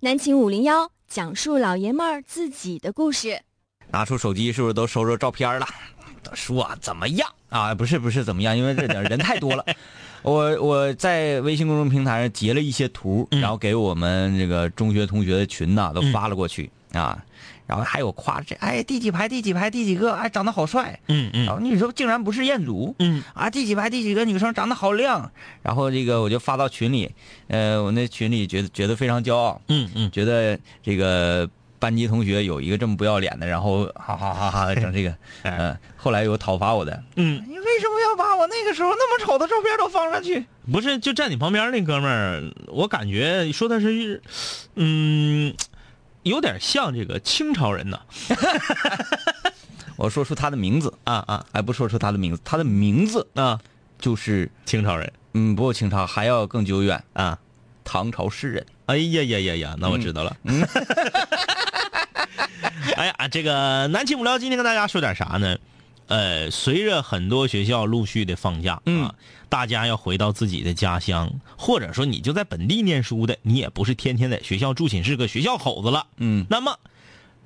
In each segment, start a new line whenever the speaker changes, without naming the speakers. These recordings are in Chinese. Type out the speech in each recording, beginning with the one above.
南秦五零幺讲述老爷们儿自己的故事。
拿出手机是不是都收收照片了？说、啊、怎么样啊？不是不是怎么样，因为这点人太多 了。我我在微信公众平台上截了一些图，
嗯
然后给我们这个中学同学的群呐、都发了过去、
嗯
啊。然后还有夸这哎第几排第几排第几个哎长得好帅，
嗯
然
嗯
后你说竟然不是彦祖，
嗯
啊，第几排第几个女生长得好靓，然后这个我就发到群里，呃，我那群里觉得觉得非常骄傲，
嗯嗯，
觉得这个班级同学有一个这么不要脸的，然后哈哈哈哈整 这个，
哎
嗯、后来有讨伐我的，
嗯，
你为什么要把我那个时候那么丑的照片都放上去？
不是，就站你旁边那哥们儿，我感觉说他是，嗯，有点像这个清朝人呐。
我说出他的名字，
啊啊
哎，不说出他的名字，他的名字
啊，
就是，
清朝人
嗯，不过清朝还要更久远，
啊！
唐朝诗人。
哎呀呀呀呀，那我知道了。 哎呀，这个南秦五聊今天跟大家说点啥呢？呃，随着很多学校陆续的放假，
嗯
啊，大家要回到自己的家乡，或者说你就在本地念书的，你也不是天天在学校住寝室个学校口子了。
嗯
那么，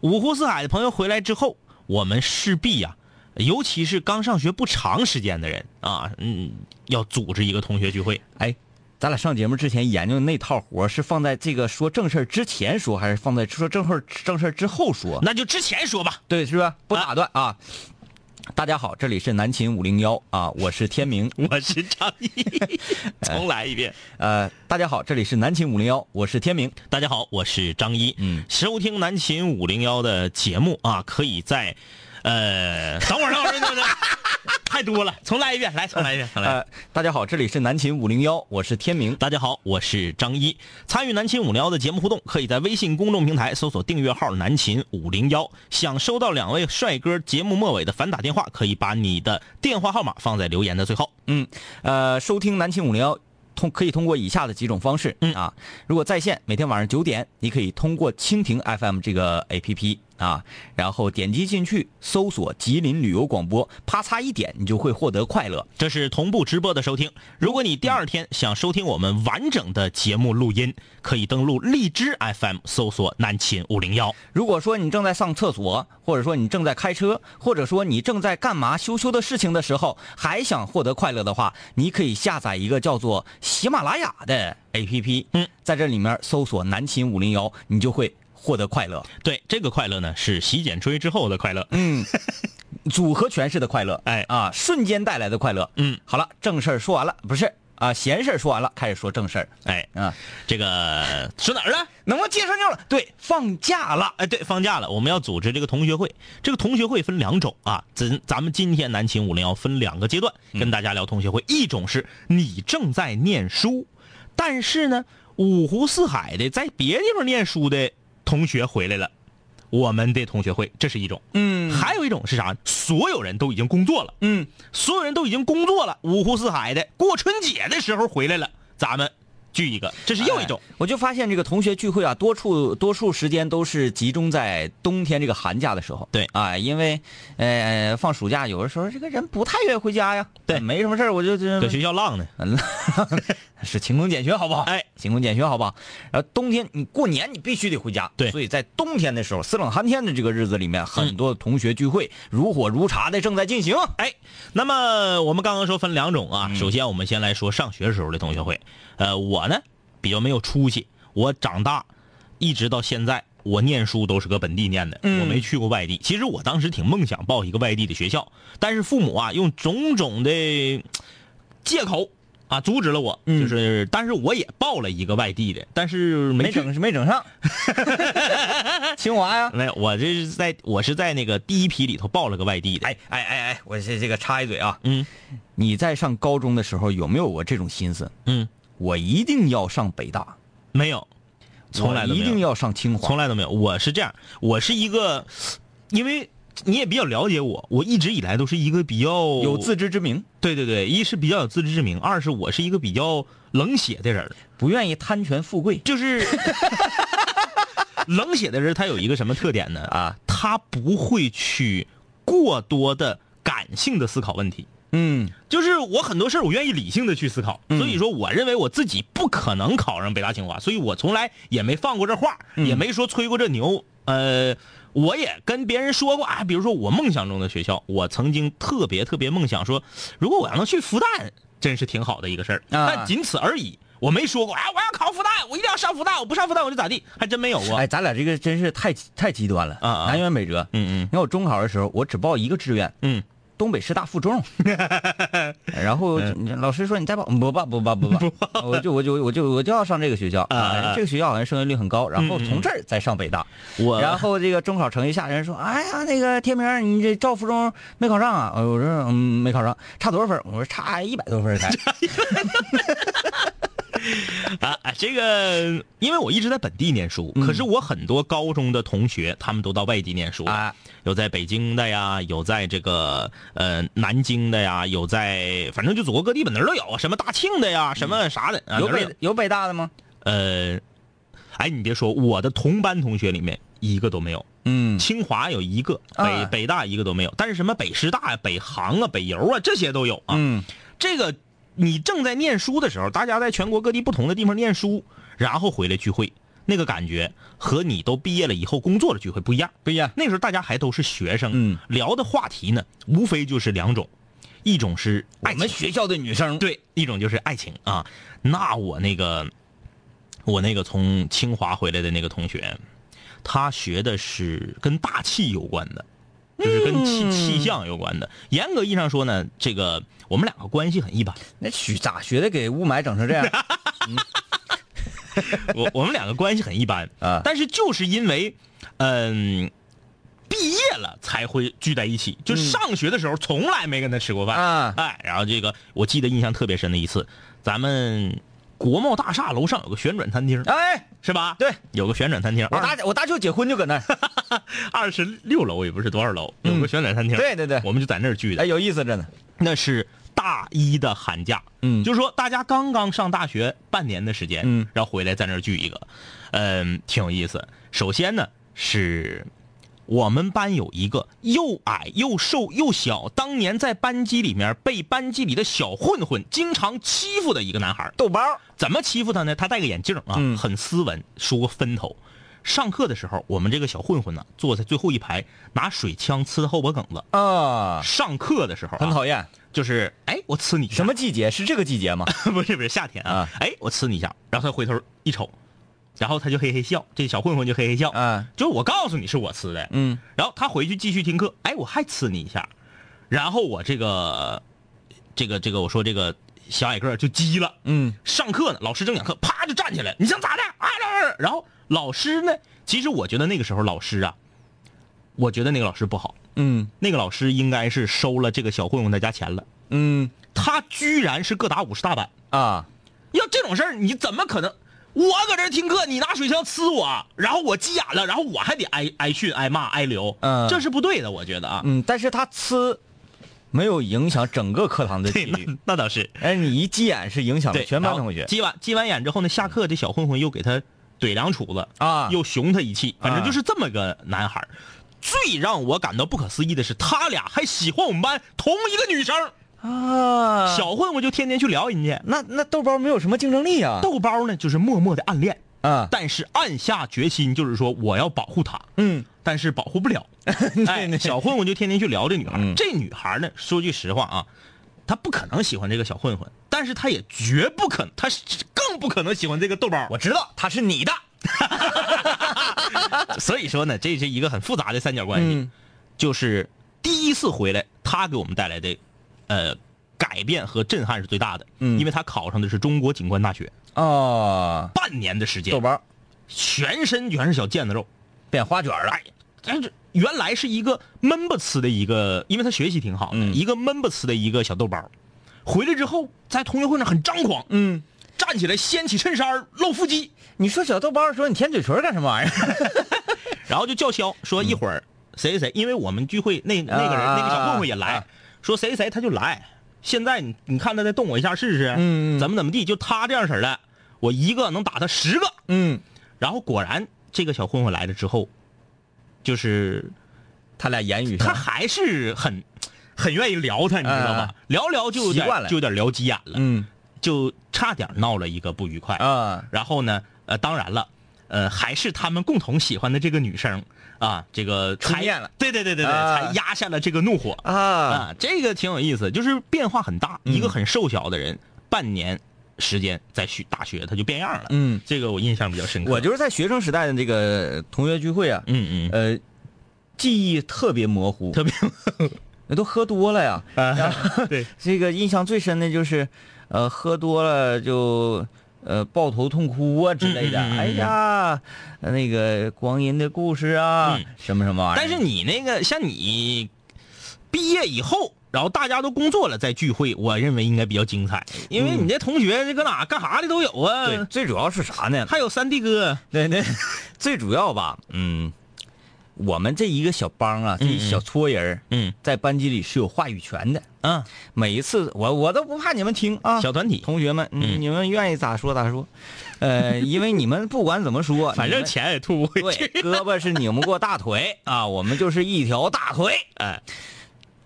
五湖四海的朋友回来之后，我们势必呀、尤其是刚上学不长时间的人啊，嗯，要组织一个同学聚会。
哎，咱俩上节目之前研究的那套活儿是放在这个说正事儿之前说，还是放在说正事儿正事儿之后说？
那就之前说吧。
对，是吧？不打断啊。大家好，这里是南秦五零幺啊，我是天明。
我是张毅，重来一遍。
呃，大家好，这里是南秦五零幺，我是天明。
大家好，我是张一。
嗯，
收听南秦五零幺的节目啊，可以在，呃，等会儿，等会儿，等会儿，太多了，重来一遍，来，重来一遍，重来一遍。
呃，大家好，这里是南秦五零幺，我是天明。
大家好，我是张一。参与南秦五零幺的节目互动，可以在微信公众平台搜索订阅号“南秦五零幺”。想收到两位帅哥节目末尾的反打电话，可以把你的电话号码放在留言的最后。
嗯，呃，收听南秦五零幺。通可以通过以下的几种方式、
嗯
啊，如果在线，每天晚上九点，你可以通过蜻蜓 FM 这个 APP 啊，然后点击进去搜索吉林旅游广播，啪嚓一点，你就会获得快乐。
这是同步直播的收听。如果你第二天想收听我们完整的节目录音，可以登录荔枝 FM 搜索“南秦五零幺
如果说你正在上厕所，或者说你正在开车，或者说你正在干嘛羞羞的事情的时候，还想获得快乐的话，你可以下载一个叫做喜马拉雅的 APP，
嗯，
在这里面搜索“南秦五零幺”，你就会获得快乐，”。
对，这个快乐呢是洗剪吹之后的快乐。
嗯，组合拳式的快乐，
哎
啊，瞬间带来的快乐，
嗯，
好了，正事儿说完了，不是啊，闲事儿说完了，开始说正事儿
哎，
啊，
这个说哪儿了？
能不能接上尿了？对，放假了，
哎，对，放假了，我们要组织这个同学会。这个同学会分两种啊，咱咱们今天南秦五零幺分两个阶段
嗯
跟大家聊同学会，一种是你正在念书，但是呢，五湖四海的在别地方念书的同学回来了，我们的同学会，这是一种。
嗯
还有一种是啥？所有人都已经工作了，
嗯，
所有人都已经工作了，五湖四海的过春节的时候回来了，咱们聚一个，这是又一种。
哎我就发现这个同学聚会啊，多处多数时间都是集中在冬天这个寒假的时候。
对
啊，因为呃放暑假，有的时候这个人不太愿意回家呀。
对
没什么事儿我就
搁
这嗯
学校浪呢，
是勤工俭学，好不好？
哎，
勤工俭学，好不好？然后冬天你过年你必须得回家，
对
所以在冬天的时候，四冷寒天的这个日子里面，很多同学聚
嗯
会如火如茶的正在进行。
哎，那么我们刚刚说分两种
嗯
啊，首先我们先来说上学时候的同学会。呃，我呢比较没有出息，我长大一直到现在，我念书都是搁本地念的，
嗯
我没去过外地。其实我当时挺梦想报一个外地的学校，但是父母啊用种种的呃借口啊阻止了我，
嗯
就是但是我也报了一个外地的，但是没去。
整没整 上，清华呀。
没有，我这是在我是在那个第一批里头报了个外地的。
哎哎哎哎，我这这个插一嘴啊，
嗯
你在上高中的时候有没有过这种心思？
嗯，
我一定要上北大，
没有，从来
我
都没
一
有
定要上清华。
从来都没有。我是这样，我是一个，因为你也比较了解我，我一直以来都是一个比较
有自知之明，
对对对，一是比较有自知之明，二是我是一个比较冷血的人儿，
不愿意贪权富贵。
就是 冷血的人他有一个什么特点呢？啊，他不会去过多的感性的思考问题。
嗯
就是我很多事儿我愿意理性的去思考，所以说我认为我自己不可能考上北大清华，所以我从来也没放过这话，
嗯
也没说吹过这牛。呃，我也跟别人说过啊，比如说我梦想中的学校，我曾经特别特别梦想说，如果我要能去复旦，真是挺好的一个事儿，
啊
但仅此而已。我没说过，哎，我要考复旦，我一定要上复旦，我不上复旦我就咋地，还真没有过。
哎，咱俩这个真是太太极端了，
啊啊
南辕北辙。
嗯
你看我中考的时候，我只报一个志愿，
嗯
东北师大附 中，然后老师说你再报不报不嗯 报不报，我就我就我就我就要上这个学校
啊啊
这个学校好像升学率很高，然后
嗯嗯
从这儿再上北大，
嗯，我
然后这个中考成绩下，人说哎呀那个天明你这赵附中没考上啊，呃我说嗯没考上，差多少分？我说差一百多分 才，
啊，哎这个因为我一直在本地念书，
嗯
可是我很多高中的同学他们都到外地念书了
啊，
有在北京的呀，有在这个呃南京的呀，有在反正就祖国各地吧，哪儿都有，什么大庆的呀，什么啥的，啊、
嗯有
哪儿都
北有北大的吗？
呃，哎，你别说，我的同班同学里面一个都没有，
嗯
清华有一个，北、
啊
北大一个都没有，但是什么北师大呀、北航啊、北邮啊这些都有啊，
嗯
这个你正在念书的时候，大家在全国各地不同的地方念书，然后回来聚会，那个感觉和你都毕业了以后工作了聚会不一样。
不一样，
那时候大家还都是学生，
嗯
聊的话题呢，无非就是两种，一种是
我
爱情
们，学校的女生
对，一种就是爱情啊。那我那个，我那个从清华回来的那个同学，他学的是跟大气有关的，就是跟
嗯
气、气象有关的。严格意义上说呢，这个我们两个关系很一般。
那学咋学的给雾霾整成这 样？
我我们两个关系很一般
啊
但是就是因为，嗯、毕业了才会聚在一起，就上学的时候从来没跟他吃过饭
嗯啊
哎，然后这个我记得印象特别深的一次，咱们国贸大厦楼上有个旋转餐厅，
哎，
是吧？
对，
有个旋转餐厅，
我大我大舅结婚就搁那儿，
二十六楼也不是多少楼，有个旋转餐厅，
嗯对对对
我们就在那儿聚的
哎，，有意思着呢。
那是大一的寒假，
嗯
就是说大家刚刚上大学半年的时间，
嗯，
然后回来在那儿聚一个，嗯，挺有意思。首先呢是。我们班有一个又矮又瘦又小，当年在班级里面被班级里的小混混经常欺负的一个男孩儿。
豆包，
怎么欺负他呢？他戴个眼镜啊，
嗯
很斯文，梳个分头。上课的时候，我们这个小混混呢，坐在最后一排，拿水枪呲他后脖梗子。
啊，
上课的时候、啊，
很讨厌。
就是哎，我呲你一下
什么？季节？是这个季节吗？
不是不是夏天啊
啊！
哎，我呲你一下，然后他回头一瞅，然后他就嘿嘿笑，这小混混就嘿嘿笑，
啊，
就是我告诉你是我呲的，
嗯，
然后他回去继续听课，哎，我还呲你一下，然后我这个这个这个我说这个小矮个儿就急了，
嗯，
上课呢，老师正讲课，啪就站起来，你想咋的？哎，老师，然后老师呢，其实我觉得那个时候老师啊，我觉得那个老师不好，
嗯，
那个老师应该是收了这个小混混他家钱了。
嗯，
他居然是各打五十大板。
啊，
要这种事儿，你怎么可能？我搁这儿听课，你拿水枪呲我，然后我急眼了，然后我还得挨挨训、挨骂、挨留，
嗯
这是不对的，我觉得啊。
嗯，但是他呲，没有影响整个课堂的纪
对，那
律。
那倒是。
哎，你一急眼是影响了
对，
全班同学
然后急完急完眼之后呢，下课这小混混又给他怼两杵子，
啊。
又熊他一气，反正
啊
就是这么个男孩儿。最让我感到不可思议的是，他俩还喜欢我们班同一个女生，
啊，
小混混就天天去撩人家。
那那豆包没有什么竞争力啊。
豆包呢，就是默默的暗恋，
啊，
但是暗下决心，就是说我要保护她。
嗯，
但是保护不 了。哎，小混混就天天去聊这女孩儿。
嗯
这女孩儿呢，说句实话啊，她不可能喜欢这个小混混，但是她也绝不可能，她是更不可能喜欢这个豆包儿。
我知道他是你的。
所以说呢，这是一个很复杂的三角关系。
嗯
就是第一次回来，她给我们带来的，呃，改变和震撼是最大的。
嗯
因为她考上的是中国警官大学，
啊，
半年的时间
豆，包
全身全是小腱子肉。
变花卷了。
哎，但是原来是一个闷不呲的一个，因为他学习挺好的，
嗯
一个闷不呲的一个小豆包，回来之后在同学会上很张狂，
嗯，
站起来掀起衬衫露腹肌，
你说小豆包说你舔嘴唇干什么玩意儿？
然后就叫嚣说一会儿谁谁谁，因为我们聚会那那个人、
啊
那个小混混也来，
啊
说谁谁谁他就来，现在你你看他再动我一下试试，
嗯嗯
怎么怎么地，就他这样式儿的，我一个能打他十个，
嗯，
然后果然这个小混混来了之后，就是
他俩言语
他
上
还是很，很愿意聊他，你知道吗？
哎
聊聊就有点
习惯了
就有点聊急眼了，
嗯
就差点闹了一个不愉快。
啊
然后呢，呃，当然了，呃，还是他们共同喜欢的这个女生啊，这个
出
才
面了，
对对对对对，
啊
才压下了这个怒火
啊，
啊，这个挺有意思，就是变化很大，
嗯
一个很瘦小的人，半年时间在学大学他就变样了，
嗯，
这个我印象比较深刻。
我就是在学生时代的这个同学聚会啊，
嗯嗯，
呃，记忆特别模糊，
特别
那都喝多了呀。
对，
这个印象最深的就是，呃，喝多了就呃抱头痛哭啊之类的。
嗯嗯嗯嗯
哎呀，那个光阴的故事啊，
嗯
什么什么玩意儿。
但是你那个像你毕业以后。然后大家都工作了，再聚会，我认为应该比较精彩，因为你这同学搁哪干啥的都有
对，
啊，
最主要是啥呢？
还有三弟哥，
呃 对 对，最主要吧，嗯，我们这一个小帮啊，这一小撮人儿
嗯
在班级里是有话语权的。
啊，
每一次我我都不怕你们听啊，
小团体，
同学们，
嗯
你们愿意咋说咋说，呃，因为你们不管怎么说，
反
你
正
们
钱也吐不回去，
对，胳膊是拧不过大腿啊，我们就是一条大腿。
哎，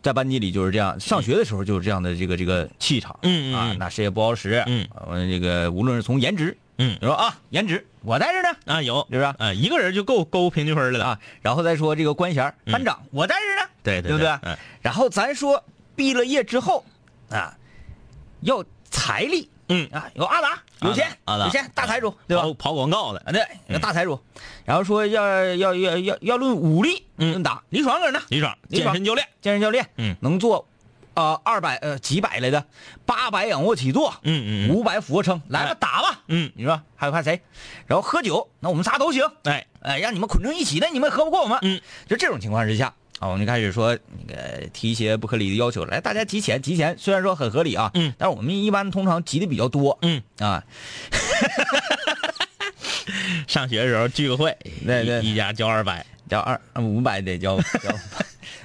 在班级里就是这样，上学的时候就是这样的这个这个气场，
嗯嗯
啊，
嗯
那谁也不好使，啊
嗯
我们这个无论是从颜值，
嗯
你说啊，颜值我在这儿呢，
啊有，
是不是？
啊，一个人就够勾平均分了的，
啊，然后再说这个官衔儿，
嗯
班长我在这儿呢，
对
对
对
不对？
嗯
然后咱说毕了业之后啊，要财力，
嗯
啊，有阿达，有钱，
阿达嗯
有钱，大财主，对吧？
跑跑广告的
啊，对，有大财主，然后说要要要要要论武力，
嗯
论打。李爽搁那儿呢，
李爽
李
健
爽
身教练，
健身教练，
嗯
能做，呃，二百呃几百来的，八百仰卧起坐，
嗯嗯
五百俯卧撑，来吧
哎
打吧，
嗯，
你说还有怕谁？然后喝酒，那我们仨都行，
哎，
哎，让你们捆成一起的，你们喝不过我们。
嗯，
就这种情况之下，啊，我们就开始说那个提一些不合理的要求，来，大家集钱，集钱，虽然说很合理啊，
嗯，
但是我们一般通常集的比较多，
嗯
啊，
上学的时候聚个会，
对对
一一家交二百，
交二嗯五百得交交，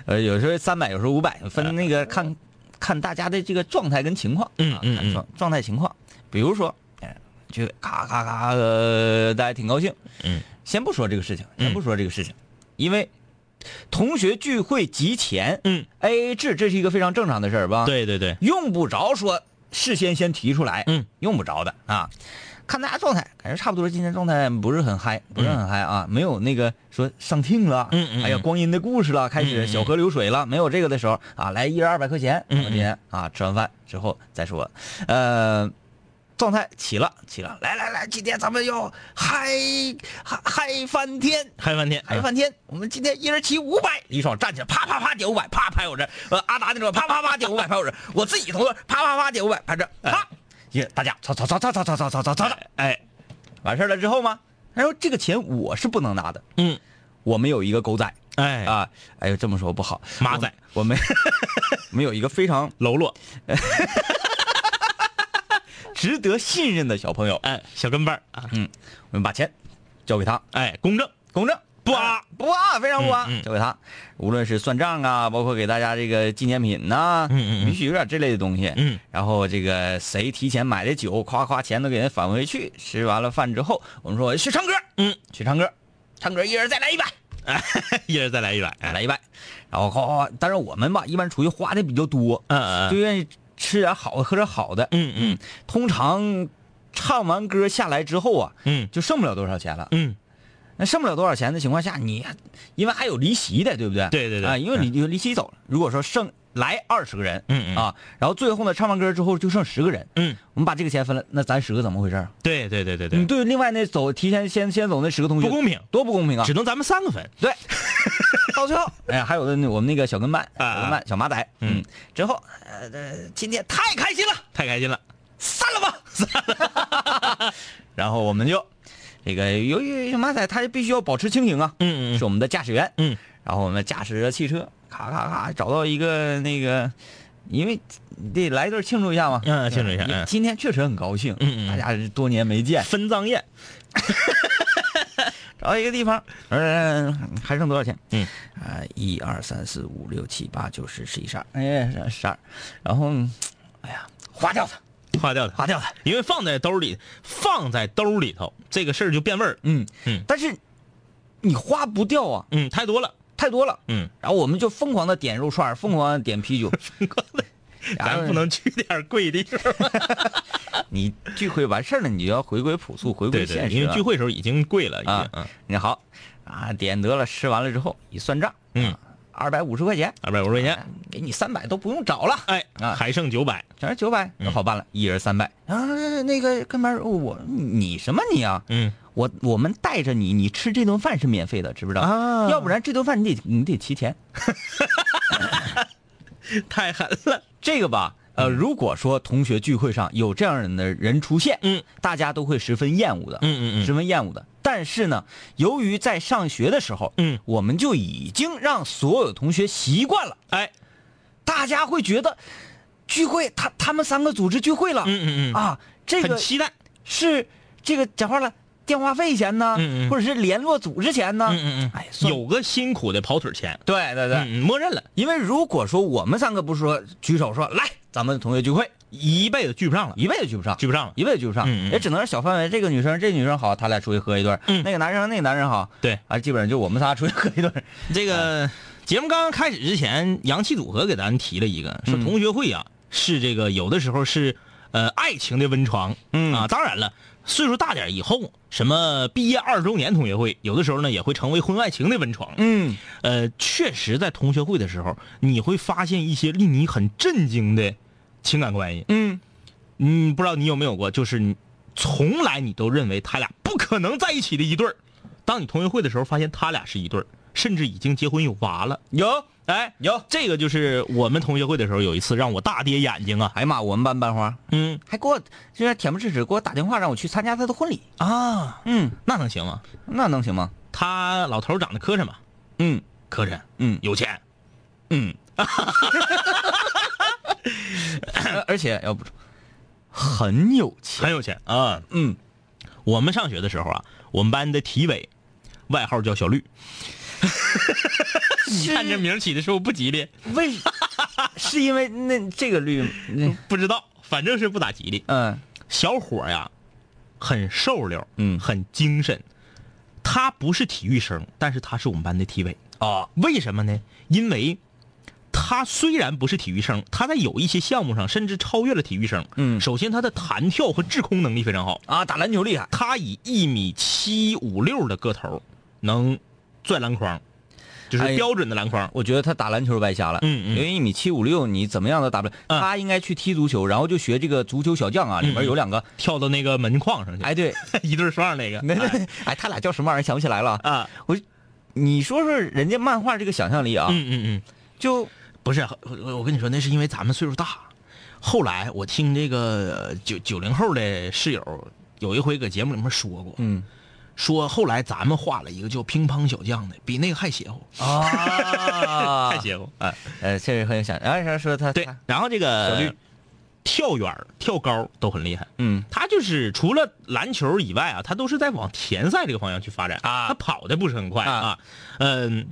呃，有时候三百，有时候五百，
呃
分那个看看大家的这个状态跟情况，
嗯
啊
嗯
看
嗯
状状态情况，比如说，哎就咔咔咔，呃，大家挺高兴，
嗯，
先不说这个事情，先
嗯
不说这个事情，因为同学聚会集钱，
嗯啊
，A A 制这是一个非常正常的事儿吧？，
对对对，
用不着说事先先提出来，
嗯，
用不着的啊。看大家状态，感觉差不多。今天状态不是很嗨，不是很嗨啊，没有那个说上听了，
嗯嗯嗯嗯
哎呀，光阴的故事了，开始小河流水了，没有这个的时候啊，来一人二百块钱，
嗯嗯
我今天啊吃完饭之后再说，呃，状态起了起了，来来来，今天咱们要嗨嗨嗨翻天，
嗨翻天，
嗨翻天！我们今天一人起五百，李爽站起来，啪啪啪点五百，啪拍我这；呃，阿达那边啪啪啪点五百，拍我这；我自己同桌啪啪啪点五百，拍这，啪！也大家吵吵吵吵吵吵吵吵吵吵吵，
哎，
完事儿了之后吗？他说这个钱我是不能拿的，
嗯，
我们有一个狗仔
哎，
啊，哎呦这么说不好，
马仔
我 们我们有一个非常
喽啰，
值得信任的小朋友，
哎，小跟班儿啊，
嗯，我们把钱交给他，
哎，公正，
公正
不啊
不啊，非常不啊
嗯，嗯
交给他。无论是算账啊，包括给大家这个纪念品呐、
嗯嗯嗯
允许有点这类的东西，
嗯，
然后这个谁提前买的酒，夸夸钱都给人返回去。吃完了饭之后，我们说去唱歌，
嗯，
去唱歌，唱歌一人再来一百，
一人再来一百，哎，
来一百，然后夸夸夸。但是我们吧，一般出去花的比较多，
嗯嗯
就愿意吃点好的，喝点好的。
嗯嗯
通常唱完歌下来之后啊，
嗯
就剩不了多少钱了。
嗯，
那剩不了多少钱的情况下，你因为还有离席的，对不对？
对对对嗯
啊，因为离离席走了。如果说剩来二十个人，
嗯嗯
啊，然后最后呢，唱完歌之后就剩十个人，
嗯，
我们把这个钱分了，那咱十个怎么回事儿？
对对对对
你
嗯对，
对另外那走提前先先走那十个同学
不公平
多不公平啊！
只能咱们三个分，
对，到 最后，哎呀，还有的那我们那个小跟班，
啊
小跟班小马仔，
嗯，
之后，呃，呃今天太开心了，
太开心了，
散了 吧，散了。 然后我们就，这个由于小马仔他必须要保持清醒啊，
嗯嗯
是我们的驾驶员，
嗯，
然后我们驾驶着汽车，咔咔咔找到一个那个，因为得来一顿庆祝一下嘛，
嗯庆祝一下
因为
嗯
今天确实很高兴，
嗯嗯嗯
大家是多年没见，
分赃宴，
找到一个地方，嗯、还剩多少钱？
嗯，
啊、一二三四五六七八九十十一十二，哎，十二，然后，嗯哎呀，花掉它，
花掉它，
花掉它，
因为放在兜里，放在兜里头，这个事儿就变味儿了。
嗯
嗯
但是你花不掉啊，
嗯，太多了，
太多了，
嗯，
然后我们就疯狂的点肉串儿，疯狂的点 啤酒，然后
咱不能去点儿贵 地方。
你聚会完事儿了，你就要回归朴素，回归
嗯对
现
对，
实。
因为聚会时候已经贵了，已经
啊，
嗯，
你好，啊，点得了，吃完了之后一算账，
嗯，
二百五十块钱，嗯
二百五十块钱，
给你三百都不用找了，
哎，
啊
还剩九百，
全是九百，那
嗯
好办了，一人三百。然后那个哥们儿，我你什么你啊？
嗯，
我我们带着你，你吃这顿饭是免费的，知不知道？
啊
要不然这顿饭你得你得提钱。
太狠了，
这个吧，呃，
嗯
如果说同学聚会上有这样的人出现，
嗯，
大家都会十分厌恶的，
嗯嗯嗯
十分厌恶的。但是呢，由于在上学的时候，
嗯，
我们就已经让所有同学习惯了，
哎，
大家会觉得聚会，他他们三个组织聚会了，
嗯嗯嗯，
啊，这
很
个
期待，
是这个讲话了，电话费钱呢，
嗯嗯
或者是联络组织钱呢，
嗯嗯
哎，
嗯，
算
有个辛苦的跑腿钱，
对对对，
嗯，嗯默认了，
因为如果说我们三个不说举手说来，咱们同学聚会，
一辈子聚不上了，
一辈子聚不上，
聚不上了，
一辈子聚不上，
嗯嗯
也只能是小范围。这个女生，这个女生好，他俩出去喝一顿；
嗯
那个男生，那个男人好，
对，
啊，基本上就我们仨出去喝一顿。
这
嗯
个节目刚刚开始之前，洋气组合给咱提了一个，
嗯
说同学会啊，是这个有的时候是呃爱情的温床，
嗯
啊，当然了，岁数大点以后，什么毕业二十周年同学会，有的时候呢也会成为婚外情的温床。
嗯，
呃，确实在同学会的时候，你会发现一些令你很震惊的情感关系。
嗯，
嗯，不知道你有没有过，就是你从来你都认为他俩不可能在一起的一对儿，当你同学会的时候，发现他俩是一对儿，甚至已经结婚有娃了。
有，
哎，
有
这个就是我们同学会的时候，有一次让我大跌眼睛啊。
哎呀妈，我们班班花
嗯
还给我就是恬不知耻给我打电话让我去参加她的婚礼。
啊，
嗯，
那能行吗？
那能行吗？
他老头儿长得磕碜吧？
嗯
磕碜，
嗯
有钱。
嗯，呃 而且要不很有钱。
很有钱啊。
嗯，
我们上学的时候啊，我们班的体委，外号叫小绿。 你看这名儿起的是不是不吉利？
为 是因为那这个绿，嗯
不知道，反正是不咋吉利。
嗯
小伙儿呀，很瘦溜，
嗯
很精神。他不是体育生，但是他是我们班的体委。
哦，
为什么呢？因为他虽然不是体育生，他在有一些项目上甚至超越了体育生。
嗯
首先他的弹跳和制空能力非常好，
啊，打篮球厉害。
他以一米七五六的个头能拽篮筐，就是
哎呀
标准的篮筐。
我觉得他打篮球歪瞎了，
嗯嗯
因为一米七五六，你怎么样都打不了。
嗯
他应该去踢足球，然后就学这个足球小将啊，里面有两个，
跳到那个门框上去，
哎对，
一对双那个，
那
哎
那 哎，他俩叫什么玩意儿想不起来了。
啊，
我，你说说人家漫画这个想象力啊，
嗯嗯
就
嗯，不是，我我跟你说，那是因为咱们岁数大。后来我听这个呃九九零后的室友有一回搁节目里面说过，
嗯
说后来咱们画了一个叫乒乓小将的，比那个还邪乎，
啊
太邪乎，哎，
呃，确实很有想，然后说说他
对
他，
然后这
小绿
个跳远儿、跳高都很厉害，
嗯
他就是除了篮球以外啊，他都是在往田赛这个方向去发展
啊
他跑的不是很快
啊
啊，嗯，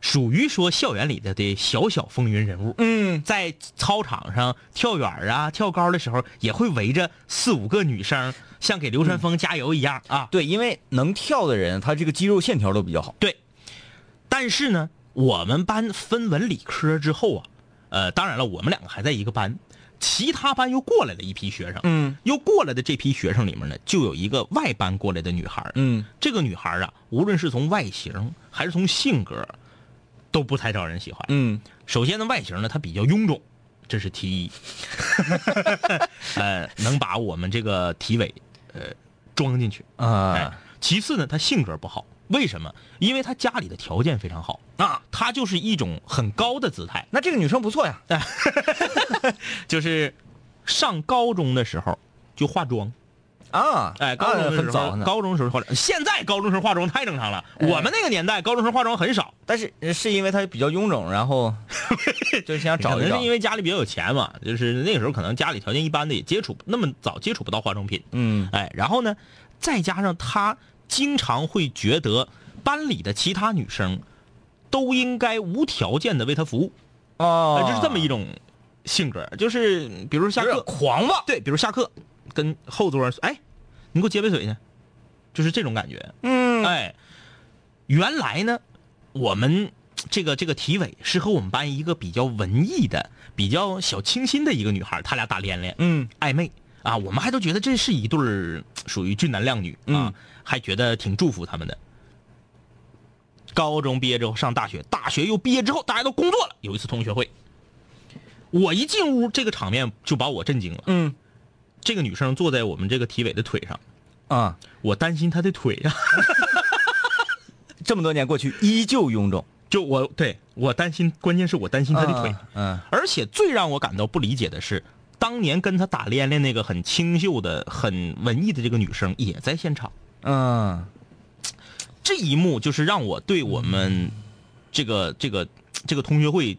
属于说校园里的的小小风云人物。
嗯
在操场上跳远啊、跳高的时候，也会围着四五个女生，像给流川枫加油一样啊。
对，因为能跳的人，他这个肌肉线条都比较好。
对，但是呢，我们班分文理科之后啊，呃，当然了，我们两个还在一个班，其他班又过来了一批学生，
嗯
又过来的这批学生里面呢，就有一个外班过来的女孩儿，
嗯
这个女孩儿啊，无论是从外形还是从性格，都不太招人喜欢。
嗯
首先呢，外形呢，她比较臃肿，这是 其一。呃，能把我们这个体委呃装进去。哎
啊，
其次呢，她性格不好，为什么？因为她家里的条件非常好，
啊，
她就是一种很高的姿态，
那这个女生不错呀。
就是上高中的时候就化妆。
啊，
哎，高中
啊
的时
很
候，
早呢，哎
高中时候化妆，现在高中时候化妆太正常了。我们那个年代，高中时候化妆很少，
但是呃是因为他比较臃肿，然 后就是想找
可
一
能
找
是因。为家里比较有钱嘛，就是那个时候可能家里条件一般的也接触那么早接触不到化妆品，
嗯
哎，然后呢，再加上他经常会觉得班里的其他女生都应该无条件的为他服务，
哦
呃，就是这么一种性格，就是比如下
有
课
点狂妄。
对，比如下课跟后桌说，哎，你给我接杯水去，就是这种感觉，
嗯
哎，原来呢，我们这个这个体委是和我们班一个比较文艺的、比较小清新的一个女孩，她俩打连连，
嗯，
暧昧啊，我们还都觉得这是一对儿属于俊男靓女啊，
嗯
还觉得挺祝福他们的。高中毕业之后上大学，大学又毕业之后，大家都工作了。有一次同学会，我一进屋，这个场面就把我震惊了。
嗯
这个女生坐在我们这个体委的腿上，
啊，
我担心她的腿啊呀、
这么多年过去依旧臃肿。
就我对我担心，关键是我担心她的腿。
嗯，
而且最让我感到不理解的是，当年跟她打恋恋那个很清秀的、很文艺的这个女生也在现场。
嗯
这一幕就是让我对我们这个这个这个同学会，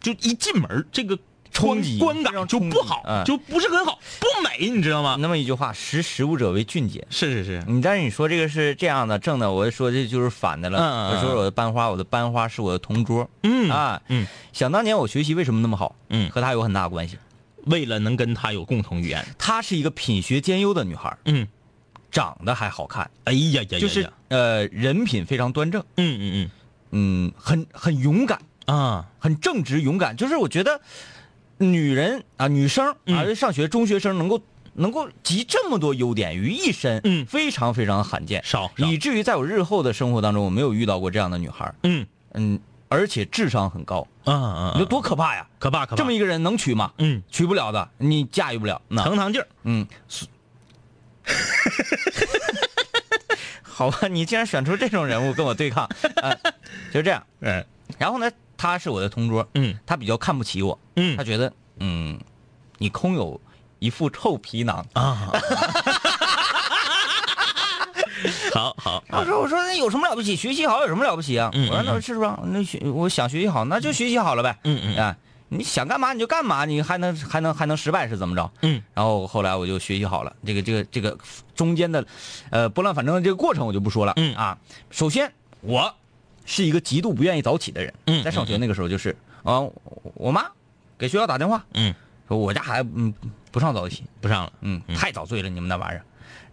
就一进门儿这个
冲
观
击
观
非
感
常
就
冲
不
击
好，
嗯
就不是很好，不美，你知道吗
嗯，？那么一句话，识时务者为俊杰。
是是是，
你但是你说这个是这样的正的，我说这就是反的
嗯嗯
了。
嗯
我说我的班花，我的班花是我的同桌
嗯
啊。
嗯，
想当年我学习为什么那么好？
嗯
和她有很大关系。
为了能跟他有共同语言，
她是一个品学兼优的女孩，
嗯，
长得还好看，
哎呀呀呀呀，
就是呃人品非常端正，
嗯嗯
嗯，很很勇敢，
嗯啊，
很正直勇敢，就是我觉得女人啊，女生啊，
嗯
上学中学生能够能够集这么多优点于一身，
嗯啊
非常非常罕见，
少少
以至于在我日后的生活当中，我没有遇到过这样的女孩儿，
嗯
嗯，而且智商很高，
啊啊，
你说多可怕呀！
可怕可怕，
这么一个人能娶吗？
嗯
娶不了的，你驾驭不了。那
腾堂劲儿，
嗯，所 好吧，你竟然选出这种人物跟我对抗，呃，就这样。
哎
然后呢，他是我的同桌，
嗯
他比较看不起我，
嗯
他觉得，嗯，你空有一副臭皮囊。
啊， 好好
我说，我说那有什么了不起？学习好有什么了不起啊？
嗯
我说那是吧？那学我想学习好，那就学习好了呗。
嗯嗯
啊，你想干嘛你就干嘛，你还能还能还能失败是怎么着？
嗯。
然后后来我就学习好了，这个这个这个中间的，呃，拨乱反正的这个过程我就不说了。
嗯
啊，首先我是一个极度不愿意早起的人。
嗯
在上学那个时候就是啊、我我妈给学校打电话
嗯，
说我家孩子嗯不上早自习，
不上了，
嗯，太早醉了，你们那玩意儿。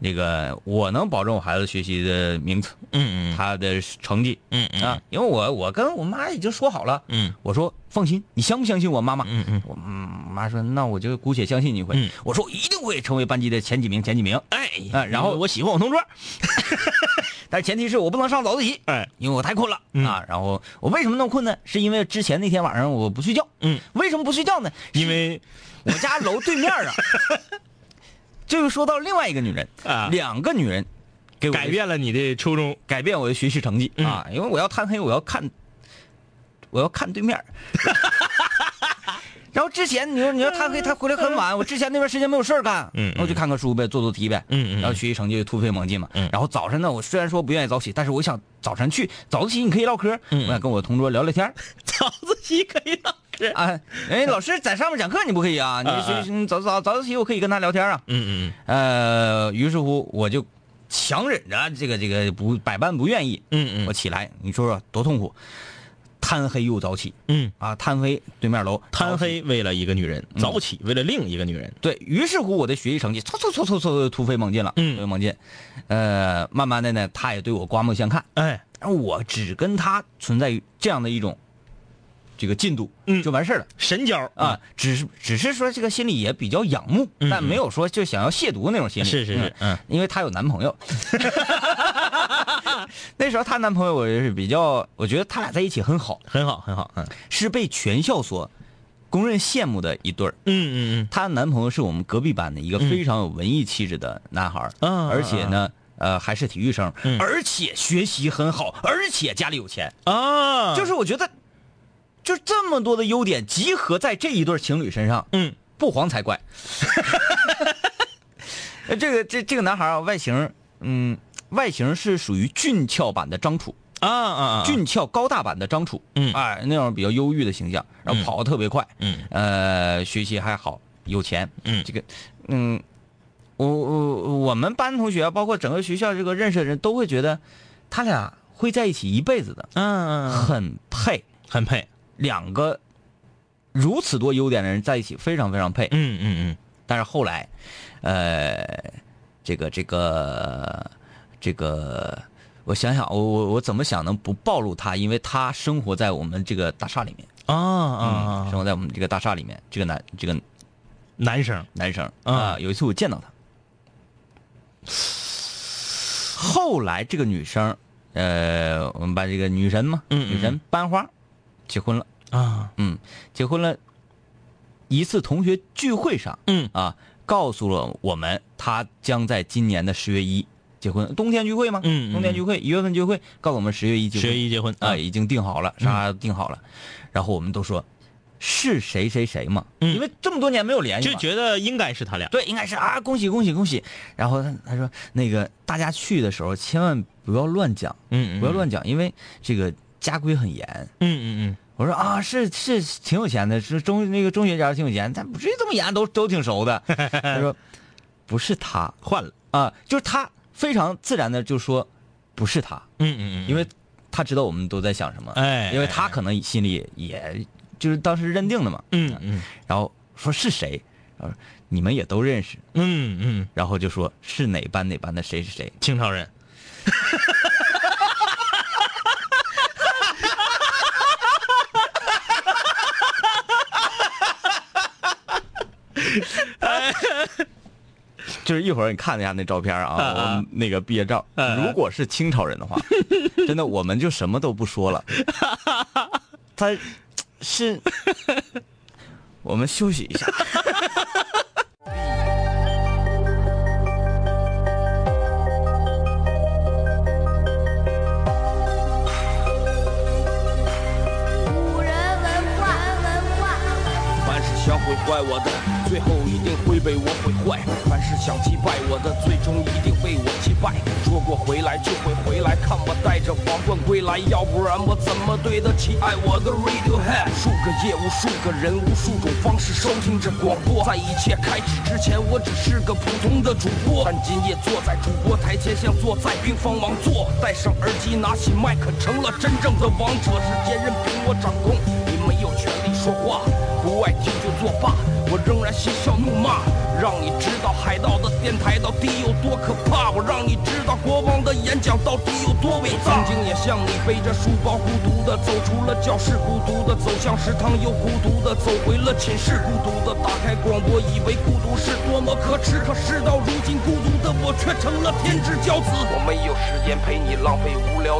那个，我能保证我孩子学习的名次，
嗯嗯
他的成绩，
嗯嗯
啊，因为我我跟我妈已经说好了，
嗯
我说放心，你相不相信我妈妈？
嗯嗯，
我嗯妈说那我就姑且相信你一回，
嗯
我说我一定会成为班级的前几名，前几名。
哎
啊然后
我喜欢我同桌，
但是前提是我不能上早自习，
哎，
因为我太困了、
嗯
啊。然后我为什么那么困呢？是因为之前那天晚上我不睡觉，
嗯，
为什么不睡觉呢？
因为
我家楼对面 啊，这又说到另外一个女人
啊
两个女人给我的
改变了你的初衷，
改变我的学习成绩、
嗯
啊，因为我要贪黑，我要看，我要看对面 儿。然后之前你说你要贪黑，他回来很晚，我之前那段时间没有事儿干，
嗯嗯嗯
我就看看书呗，做做题呗，
嗯嗯
然后学习成绩就突飞猛进嘛。
嗯
然后早晨呢，我虽然说不愿意早起，但是我想早晨去早自习，你可以唠嗑，
嗯
我
嗯
想跟我同桌聊聊天 儿
早自习可以了，是，
啊。哎，老师在上面讲课你不可以啊，
啊啊
你学你早早早自习我可以跟他聊天啊。
嗯嗯
呃，于是乎我就强忍着这个这个不百般不愿意，
嗯
我起来，你说说多痛苦，贪黑又早起
嗯，
啊，贪黑对面楼
贪，
早起
黑为了一个女人，早起为了另一个女人，
对于是乎我的学习成绩嗖嗖嗖嗖嗖突飞猛进了，
嗯
突飞猛进，呃，慢慢的呢，他也对我刮目相看，
哎，
而我只跟他存在于这样的一种这个进度，
嗯
就完事儿了。
神交
啊，，只是只是说这个心里也比较仰慕，
嗯
但没有说就想要亵渎那种心理。
是是是嗯
因为她有男 朋友。那时候她男朋友我也是比较，我觉得他俩在一起很好，
很好很好，嗯
是被全校所公认羡慕的一对儿。
嗯嗯
她男朋友是我们隔壁班的一个非常有文艺气质的男孩儿，
嗯
而且呢，呃，还是体育生，
嗯
而且学习很好，而且家里有钱，
嗯啊，
就是我觉得，就这么多的优点集合在这一对儿情侣身上，
嗯
不黄 才怪。呃这个这这个男孩啊，外形，嗯，外形是属于俊俏版的张楚，
啊啊啊，
俊俏高大版的张楚，
嗯
哎、那种比较忧郁的形象，然后跑得特别快，
嗯
呃，学习还好，有钱，
嗯
这个，嗯，我我我们班同学，啊包括整个学校这个认识的人都会觉得，他俩会在一起一辈子的，
嗯嗯，
很配，
很配，
两个如此多优点的人在一起非常非常配，
嗯嗯
但是后来，呃，这个这个这个，我想想，我我我怎么想能不暴露他？因为他生活在我们这个大厦里面，
啊啊，
生活在我们这个大厦里面。这个男这个
男生
男生
啊
啊、有一次我见到他，后来这个女生，呃，我们把这个女神嘛，
嗯嗯
女神班花结婚了，
啊，
嗯，结婚了。一次同学聚会上，
嗯
啊，告诉了我们，她将在今年的十月一结婚，冬天聚会吗？
嗯嗯
冬天聚会，一月份聚会，告诉我们十月一结婚。
十月一结婚
啊，
啊
已经定好了，啥都定好了。然后我们都说是谁谁谁嘛，
嗯
因为这么多年没有联系
就
嘛，
觉得应该是他俩。
对，应该是啊，恭喜恭喜恭喜。然后他他说那个大家去的时候千万不要乱讲，
嗯
不要，乱讲，因为这个家规很严。
嗯嗯
我说啊，是是挺有钱的，是中那个中学家挺有钱，但不至于这么严，都都挺熟的。他说不是他
嗯，换了，
啊，就是他非常自然的就说不是他，
嗯嗯嗯，
因为他知道我们都在想什么。
哎，
因为他可能心里也就是当时认定的嘛，
嗯嗯
然后说是谁，然后你们也都认识，
嗯嗯，
然后就说是哪班哪班的谁是谁，
清朝人，
就是一会儿你看一下那照片啊，
啊啊
我们那个毕业照，
啊
如果是清朝人的话， 真的我们就什么都不说了，他是，我们休息一下。
古人文化，文化。
凡是想毁坏我的，最后一定会被我毁坏；凡是想击败我的，最终一定被我击败。说过回来就会回来，看我带着皇冠归来，要不然我怎么对得起爱我的 Radiohead？数个夜，无数个人，无数种方式收听着广播。在一切开始之前，我只是个普通的主播，但今夜坐在主播台前，像坐在冰封王座。戴上耳机，拿起麦克，成了真正的王者。时间任凭我掌控，你没有权利说话。不爱听就作罢，我仍然嬉笑怒骂，让你知道海盗的电台到底有多可怕，我让你知道国王的演讲到底有多伟大。曾经也像你背着书包孤独的走出了教室，孤独的走向食堂，又孤独的走回了寝室，孤独的打开广播，以为孤独是多么可耻，可事到如今，孤独的我却成了天之骄子。我没有时间陪你浪费无聊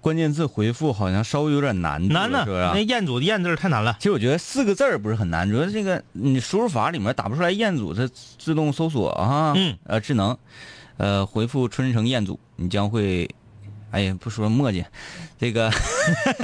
关键字回复好像稍微有点难度了
难呢，
是不是啊
那？彦祖的彦字儿太难了
其实我觉得四个字儿不是很难，主要这个你输入法里面打不出来彦祖，它自动搜索啊，
嗯，
呃，智能，呃，回复春城彦祖，你将会，哎呀，不说墨迹，这个，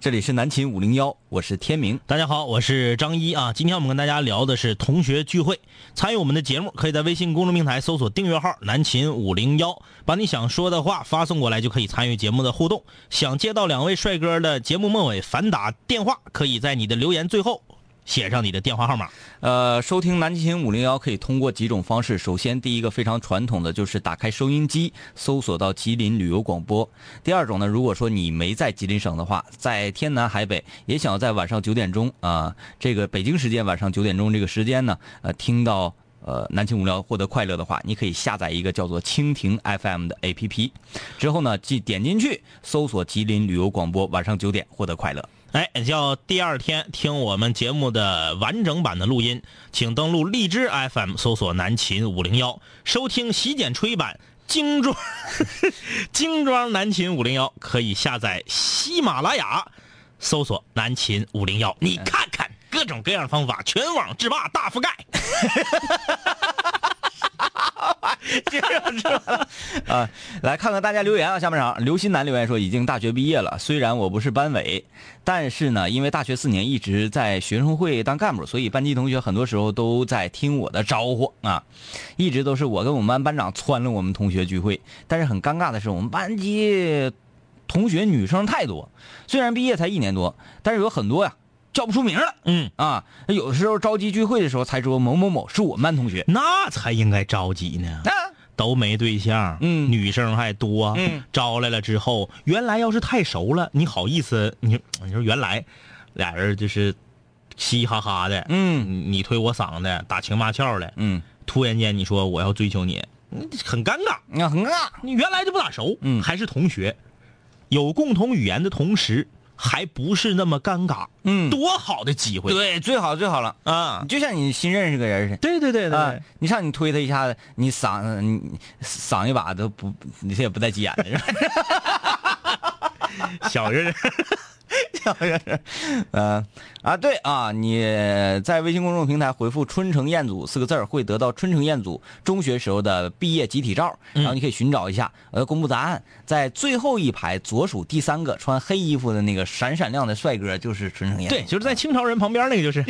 这里是南秦五零幺，我是天明，
大家好，我是张一啊。今天我们跟大家聊的是同学聚会。参与我们的节目，可以在微信公众平台搜索订阅号“南秦五零幺”，把你想说的话发送过来，就可以参与节目的互动。想接到两位帅哥的节目末尾反打电话，可以在你的留言最后写上你的电话号码。
呃，收听南秦五零幺可以通过几种方式。首先，第一个非常传统的就是打开收音机，搜索到吉林旅游广播。第二种呢，如果说你没在吉林省的话，在天南海北也想要在晚上九点钟啊、这个北京时间晚上九点钟这个时间呢，呃，听到呃南秦五聊获得快乐的话，你可以下载一个叫做蜻蜓 FM 的 APP，之后呢，即点进去搜索吉林旅游广播，晚上九点获得快乐。
哎，要第二天听我们节目的完整版的录音，请登录荔枝 FM 搜索“南秦五零幺”，收听洗剪吹版精 装精装南秦五零幺，可以下载喜马拉雅，搜索“南秦五零幺”，你看看各种各样的方法，全网制霸大覆盖。
啊，来看看大家留言啊，下半场刘新南留言说，已经大学毕业了，虽然我不是班委，但是呢，因为大学四年一直在学生会当干部，所以班级同学很多时候都在听我的招呼啊，一直都是我跟我们班班长撺掇我们同学聚会，但是很尴尬的是，我们班级同学女生太多，虽然毕业才一年多，但是有很多呀、叫不出名来
嗯，
啊。有的时候召集聚会的时候才说某某某是我们班同学。
那才应该着急呢。
啊，
都没对象，
嗯
女生还多，
嗯，
招来了之后，原来要是太熟了，你好意思，你你说原来俩人就是嘻嘻哈哈的，
嗯
你你推我搡的，打情骂俏的，
嗯，
突然间你说我要追求你，嗯很尴尬，
那很尬。
你原来就不咋熟，
嗯
还是同学，有共同语言的同时，还不是那么尴尬，
嗯
多好的机会，
对，最好最好了。
啊，
就像你新认识个人似
对对对
的，
对，
啊，你上你推他一下子，你搡你搡一把都不，你这也不带急眼的，是吧？
小人儿
呃啊，对啊，你在微信公众平台回复“春城彦祖”四个字儿，会得到春城彦祖中学时候的毕业集体照，
嗯
然后你可以寻找一下。呃，公布答案，在最后一排左数第三个穿黑衣服的那个闪闪亮的帅哥就是春城彦祖。啊
对，就是在清朝人旁边那个 就是，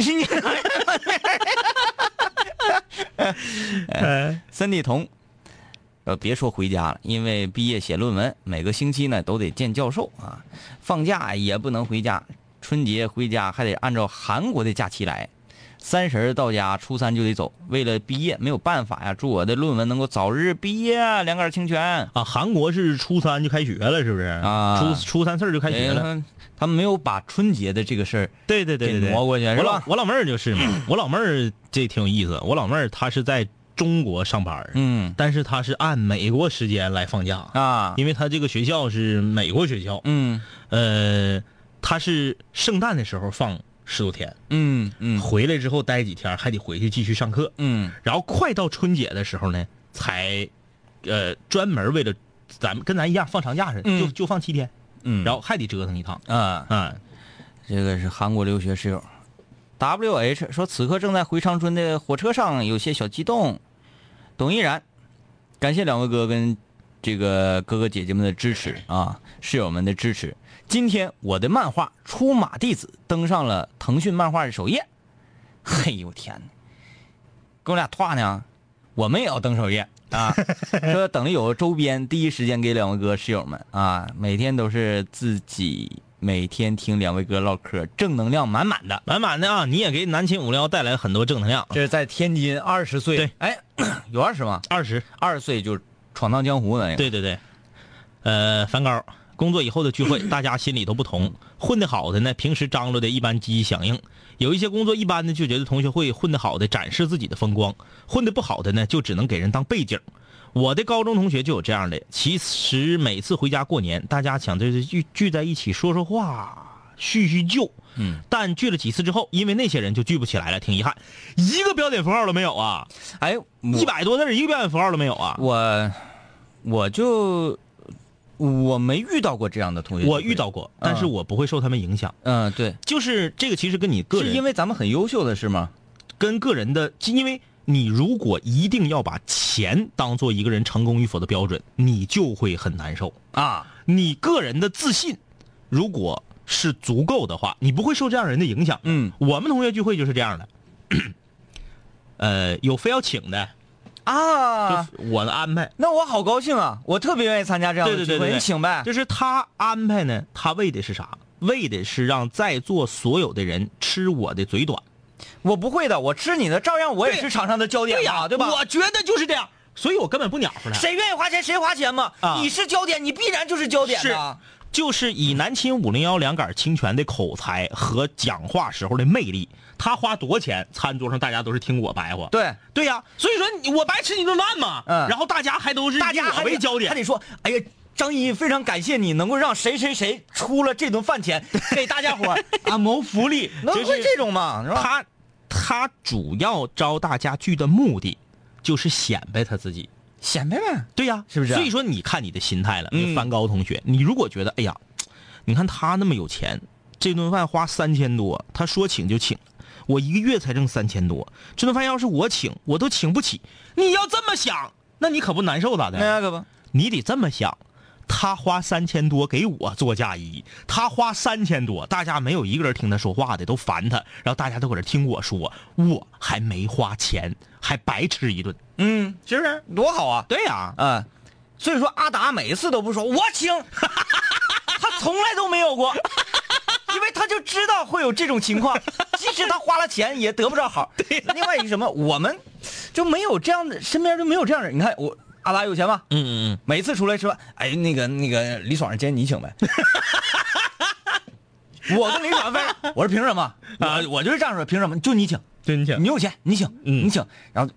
哎
三弟同，呃，别说回家了，因为毕业写论文，每个星期呢都得见教授啊，放假也不能回家，春节回家还得按照韩国的假期来，三十儿到家，初三就得走。为了毕业，没有办法呀，祝我的论文能够早日毕业啊，两杆儿清泉。
啊，韩国是初三就开学了，是不是？
啊
初初三四儿就开学了。
哎他们没有把春节的这个事儿，
对对对对
给
对，
挪过去
我
是
老
吧
我老妹儿就是嘛， 我老妹儿这挺有意思。我老妹儿她是在中国上班儿，
嗯
但是她是按美国时间来放假，
啊，
因为她这个学校是美国学校，
嗯
呃，她是圣诞的时候放十多天，
嗯嗯
回来之后待几天还得回去继续上课，
嗯
然后快到春节的时候呢，才呃专门为了咱们跟咱一样放长假似的，
嗯
就就放七天，
嗯，
然
后
后还得折腾一趟。
啊，
嗯，
这个是韩国留学室友，W H 说此刻正在回长春的火车上，有些小激动。董一然，感谢两位哥跟这个哥哥姐姐们的支持啊，室友们的支持。今天我的漫画《出马弟子》登上了腾讯漫画的首页，嘿呦天哪！跟我俩话呢，我们也要登首页啊， 说等着有周边，第一时间给两位哥室友们啊，每天都是自己每天听两位哥唠嗑，正能量满满的。
满满的啊，你也给南秦五零幺带来很多正能量。
这是在天津二十岁，
对，
哎， 有二十吗？
二十，
二十岁就闯荡江湖的那个，
对对对，呃，梵高，工作以后的聚 会，大家心里都不同。混得好的呢，平时张罗的一般积极响应；有一些工作一般的，就觉得同学会混得好的展示自己的风光；混得不好的呢，就只能给人当背景。我的高中同学就有这样的，其实每次回家过年，大家想着聚聚在一起说说话，叙叙旧。
嗯，
但聚了几次之后，因为那些人就聚不起来了，挺遗憾，一个标点符号都没有啊！
哎，我
一百多字儿一个标点符号都没有啊！
我我就我没遇到过这样的同学，
我遇，到过，但是我不会受他们影响。
嗯，对，
就是这个，其实跟你个
是
人，
因为咱们很优秀的是吗？
跟个人的，因为你如果一定要把钱当做一个人成功与否的标准，你就会很难受。
啊，
你个人的自信，如果是足够的话，你不会受这样人的影响。
嗯，
我们同学聚会就是这样的。 呃，有非要请的，
啊，
就我的安排。
那我好高兴啊！我特别愿意参加这样的
对
聚
对
会，
对对，
你请呗。
就是他安排呢，他为的是啥？为的是让在座所有的人吃我的嘴短。
我不会的，我吃你的，照样我也
对
是场上的焦点
呀、
啊嘛，对吧？哎
我觉得就是这样，所以我根本不鸟乎他。
谁愿意花钱谁花钱嘛。
啊
你是焦点，你必然就是啊焦点
是
呐。
就是以南秦五零幺两杆清泉的口才和讲话时候的魅力，他花多少钱，餐桌上大家都是听我白话。
对，
对呀、所以说你我白吃你顿饭嘛。
嗯
然后大家还都是
大
以
家
我
还
为
得
焦
还
点。
得说，哎呀。张一非常感谢你能够让谁谁谁出了这顿饭钱，给 大家伙 儿啊谋福利，能
就是
会这种吗？是吧？
他他主要招大家聚的目的，就是显摆他自己。
显摆呗。
对呀、
是不是啊
所以说你看你的心态了，
嗯
梵高同学，你如果觉得哎呀，你看他那么有钱，这顿饭花三千多，他说请就请我一个月才挣三千多，这顿饭要是我请，我都请不起。你要这么想，那你可不难受咋的？
那个吧，
你得这么想，他花三千多给我做嫁衣，他花三千多，大家没有一个人听他说话的，都烦他，然后大家都搁这听我说，我还没花钱，还白吃一顿，
嗯，
是不是？
多好啊！
对呀、
嗯，所以说阿达每一次都不说我请，从来都没有过，因为他就知道会有这种情 况，即使他花了钱也得不着好。另外一个什么，我们就没有这样的，身边就没有这样的人。你看我阿达有钱吧？
嗯嗯
每次出来吃饭，哎，那个那个李爽，今天你请 呗。我跟李爽分，我说凭什么啊？我就是这样说，凭什么？就你请，
真请
你有钱，你请，
嗯
你请。然后，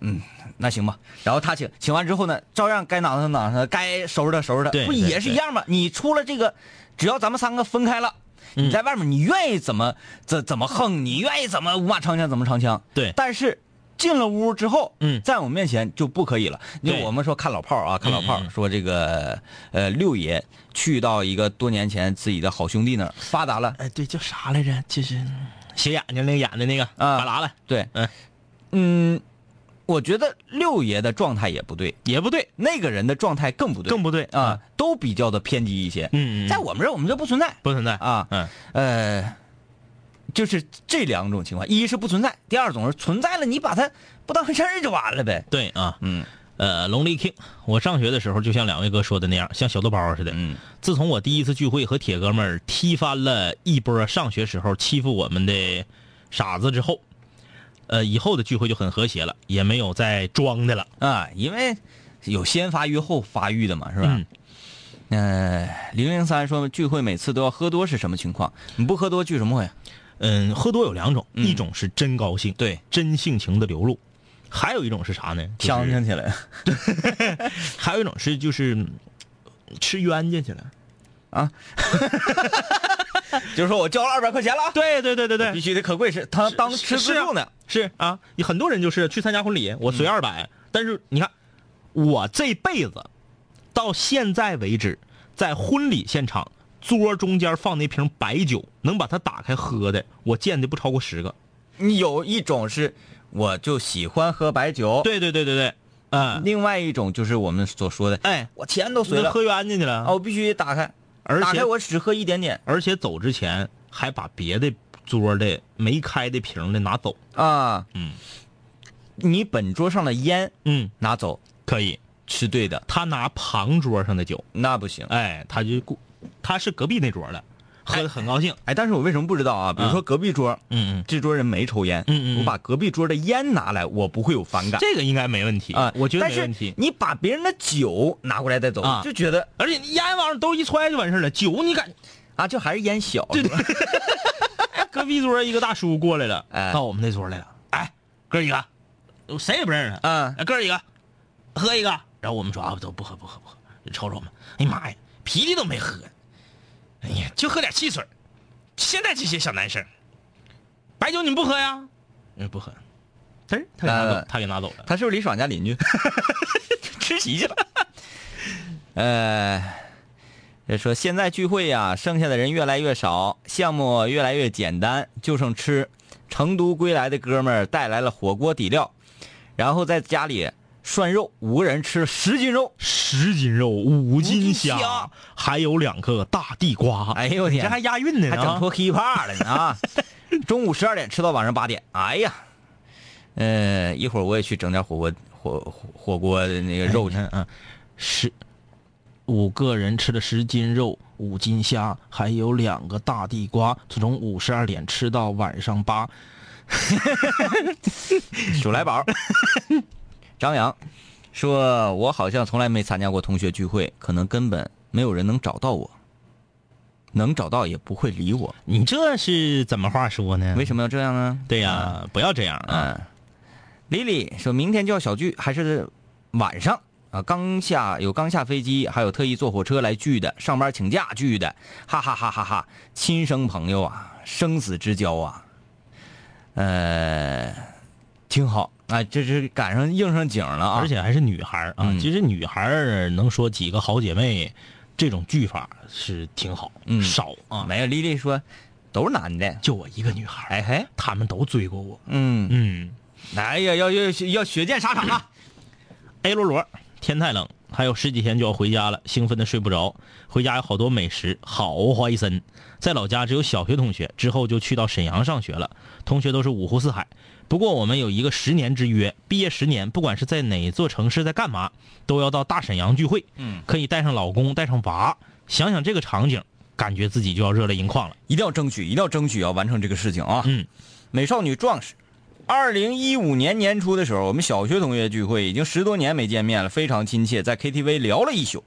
嗯，那行吧。然后他请，请完之后呢，照样该拿他拿他，该收拾他收拾他，
对
不
对
也是
对
一样吗？你出了这个，只要咱们三个分开了。你
嗯
在外面，你愿意怎么怎怎么横，你愿意怎么五马长枪怎么长枪。
对
但是进了屋之后，
嗯
在我面前就不可以了。就
对嗯
我们说看老炮儿啊，看老炮儿说这个呃六爷去到一个多年前自己的好兄弟那儿发达了，
哎，对，叫啥来着？就是斜眼睛那个演的那个
啊
法拉了，
对
嗯，
嗯，我觉得六爷的状态也不对，
也不对，
那个人的状态更不对，
更不对
啊，都比较的偏激一些。
嗯嗯嗯
在我们这儿我们就不存在，
不存在
啊
嗯，
呃，就是这两种情况，一是不存在，第二种是存在了，你把它不当回事儿就完了呗。
对啊，
嗯
呃，Lonely King，我上学的时候就像两位哥说的那样，像小豆包似的。
嗯，
自从我第一次聚会和铁哥们儿踢翻了一波上学时候欺负我们的傻子之后，呃，以后的聚会就很和谐了，也没有再装的了。
啊，因为有先发育后发育的嘛，是吧？
嗯
呃，零零三说聚会每次都要喝多是什么情况？你不喝多聚什么会？
嗯，喝多有两种，
嗯
一种是真高兴，
对，
真性情的流露；还有一种是啥呢？就是
呛呛起来
还有一种是就是嗯吃冤家去了。
就是说我交了二百块钱了啊，
对对对对对
必，须得可贵是他当
是
吃
是
自
啊
助呢。
是啊，嗯有很多人就是去参加婚礼，我随二百、但是你看，我这辈子到现在为止，在婚礼现场桌中间放那瓶白酒，能把它打开喝的，我见的不超过十个。
你有一种是我就喜欢喝白酒，，
对对对对对，嗯，
另外一种就是我们所说的，
哎，
我钱都随
那
了
喝冤家去了，
啊，我必须得打开，
而且
打开我只喝一点点
而且走之前还把别的桌的没开的瓶的拿走。
啊。
嗯，
你本桌上的烟
嗯，
拿走
可以，
是对的，
他拿旁桌上的酒，
那不行。
哎，他就顾，他是隔壁那桌的，喝的很高兴。
哎，但是我为什么不知道啊？比如说隔壁桌，
嗯嗯。
这桌人没抽烟，
嗯嗯嗯
我把隔壁桌的烟拿来，我不会有反感
嗯这个应该没问题
啊。
我觉得
但
没
是
问题。
你把别人的酒拿过来带走
啊，
就觉得
而且你烟往上兜一揣就完事儿了，酒你敢？哎
啊，就还是烟小， 是吧
隔壁桌一个大叔过来了，
哎
到我们那桌来了，哎，哥儿几个，我谁也不认识他，
嗯
哎哥儿几个，喝一个。然后我们说啊，都不喝不喝不喝，瞅瞅我们，哎呀妈呀，啤的都没喝，哎呀，就喝点汽水儿。现在这些小男生，白酒你们不喝呀？嗯，不喝。嘚儿，他给拿
呃
走，他给拿走了。
他是不是李爽家邻居？ 吃席去了。呃，也说现在聚会呀、啊剩下的人越来越少，项目越来越简单，就剩吃。成都归来的哥们儿带来了火锅底料，然后在家里涮肉，五个人吃了十斤肉。
十斤肉，五斤
斤
虾，
虾
还有两个大地瓜。
哎呦我
你
天
这还啊押韵呢，
还整出 hiphop 来呢啊！ 中午十二点吃到晚上八点，哎呀，呃，一会儿我也去整点火锅火火火锅的那个肉去。
嗯嗯，十五个人吃了十斤肉，五斤虾，还有两个大地瓜，从午十二点吃到晚上八。
鼠来 宝，张扬说：“我好像从来没参加过同学聚会，可能根本没有人能找到我，能找到也不会理我。
你这是怎么话说呢？
为
么？
什么要这样呢？”
嗯对呀、不要这样啊！
嗯，Lily 说明天就要小聚，还是晚上啊？刚下有刚下飞机，还有特意坐火车来聚的，上班请假聚的，哈哈哈哈哈！亲生朋友啊，生死之交啊，呃，挺好啊，这是赶上应上景了啊，
而且还是女孩儿啊，
嗯
其实女孩儿能说几个好姐妹，这种句法是挺好，
嗯
少啊，
没有 Lily 说都是男的，
就我一个女孩儿，
哎嘿，
他们都追过我。
嗯，
嗯。
哎呀，要要要血溅沙场啊！
A 哎罗罗，天太冷，还有十几天就要回家了，兴奋的睡不着。回家有好多美食，好怀森。在老家只有小学同学，之后就去到沈阳上学了，同学都是五湖四海。不过我们有一个十年之约，毕业十年，不管是
嗯
在哪座城市，在干嘛，都要到大沈阳聚会。嗯，可以带上老公，带上娃，想想这个场景，感觉自己就要热泪盈眶了。
一定要争取，一定要争取，要完成这个事情啊！
嗯，
美少女壮士，二零一五年年初的时候，我们小学同学聚会，已经十多年没见面了，非常亲切，在 KTV 聊了一宿。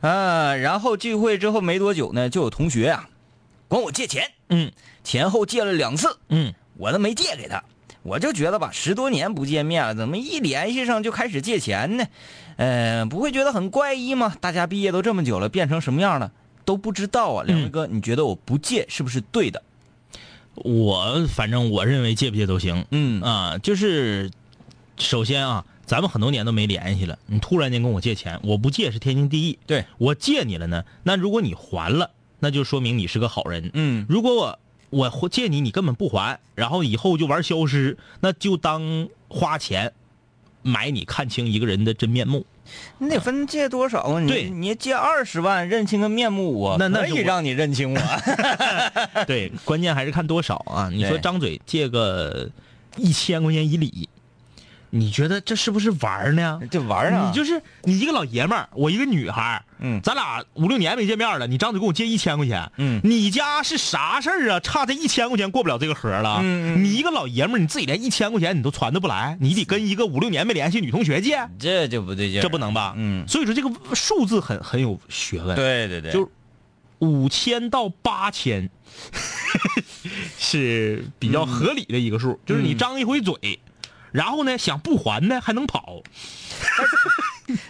啊，然后聚会之后没多久呢，就有同学啊，管我借钱，
嗯
前后借了两次，
嗯，
我都没借给他。我就觉得吧，十多年不见面了，怎么一联系上就开始借钱呢？呃，不会觉得很怪异吗？大家毕业都这么久了，变成什么样了都不知道啊。
嗯
两位哥，你觉得我不借是不是对的？
我反正我认为借不借都行。
嗯
啊、就是首先啊，咱们很多年都没联系了，你突然间跟我借钱，我不借是天经地义。
对，
我借你了呢，那如果你还了，那就说明你是个好人。
嗯
如果我我还借你，你根本不还，然后以后就玩消失，那就当花钱买你看清一个人的真面目。
你得分借多少啊？你
对
你借二十万认清个面目我，
那那
可
是
以
我
让你认清我。啊
对，关键还是看多少啊！你说
哎对
张嘴借个一千块钱以里，你觉得这是不是玩儿呢？
这玩儿啊，
你 就是你一个老爷们儿，我一个女孩儿，
嗯
咱俩五六年没见面了，你张嘴跟我借一千块钱，
嗯
你家是啥事儿啊？差这一千块钱过不了这个河了，
嗯嗯
你一个老爷们儿，你自己连一千块钱你都传得不来，你得跟一个五六年没联系女同学借，
这就不对劲儿，
这不能吧？
嗯
所以说这个数字很很有学问，，
对对对，
就五千到八 千是比较合理的一个数，
嗯
就是你张一回嘴，然后呢想不还呢还能跑，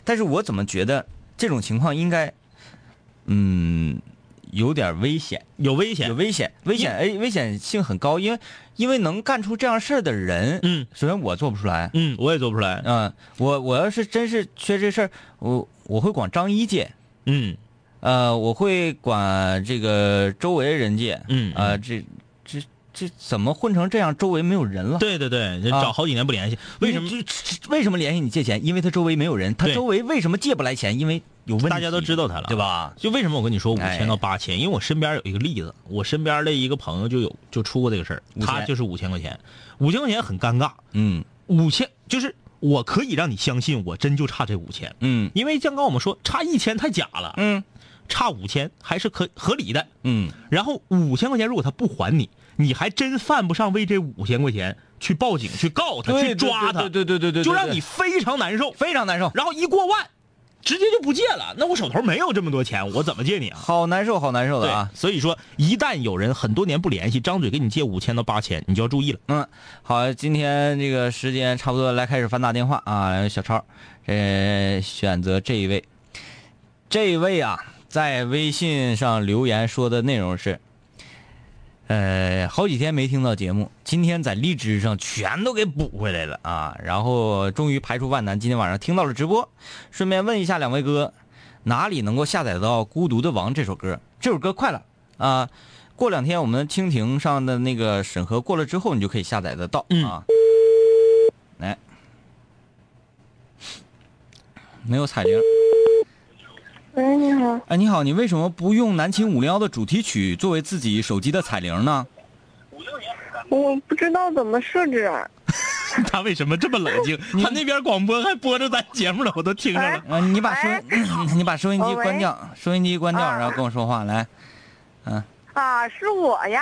但是我怎么觉得这种情况应该，嗯，有点危险，
有危险
有，危险，危险，哎，危险性很高，因为因为能干出这样事儿的人，
嗯，
首先我做不出来，
嗯，我也做不出来。
嗯，我我要是真是缺这事儿，我我会管张一借，
嗯
呃，我会管这个周围人借，
嗯
啊、这这这怎么混成这样？周围没有人了，，
对对对，
啊
找好几年不联系，为什么？
这？这为什么联系你借钱？因为他周围没有人，他
对
周围为什么借不来钱？因为有问题，
大家都知道他了，
对吧？
就为什么我跟你说五
哎
千到八千？因为我身边有一个例子，我身边的一个朋友就有就出过这个事儿，
5000
他就是五千块钱，五千块钱很尴尬，
嗯
五千就是我可以让你相信我真就差这五千，
嗯
因为像刚我们说差一千太假了，
嗯
差五千还是可合理的。
嗯，
然后五千块钱如果他不还你，你还真犯不上为这五千块钱去报警去告他
对
去抓他，
对对对对对对，
就让
对
你非常难受。
非常难受。
然后一过万，直接就不借了。那我手头没有这么多钱，我怎么借你啊？
好难受，好难受
对
的啊！
所以说一旦有人很多年不联系，张嘴给你借五千到八千，你就要注意了。
嗯，好，今天这个时间差不多，来开始翻大电话啊，小超，呃，选择这一位，这一位啊，在微信上留言说的内容是，呃，好几天没听到节目，今天在荔枝上全都给补回来了啊，然后终于排除万难，今天晚上听到了直播，顺便问一下两位哥，哪里能够下载到《孤独的王》这首歌？这首歌快了啊！过两天我们蜻蜓上的那个审核过了之后，你就可以下载得到、
嗯
啊。哎来，没有彩铃。
喂，你好，
哎，你好，你为什么不用《南秦五零幺》的主题曲作为自己手机的彩铃呢？
我不知道怎么设置。
他为什么这么冷静？他那边广播还播着咱节目了，我都听着了。
嗯、你把收、 你把收音机
哎哦喂
关掉，收音机关掉，
啊
然后跟我说话来。
啊，是我呀，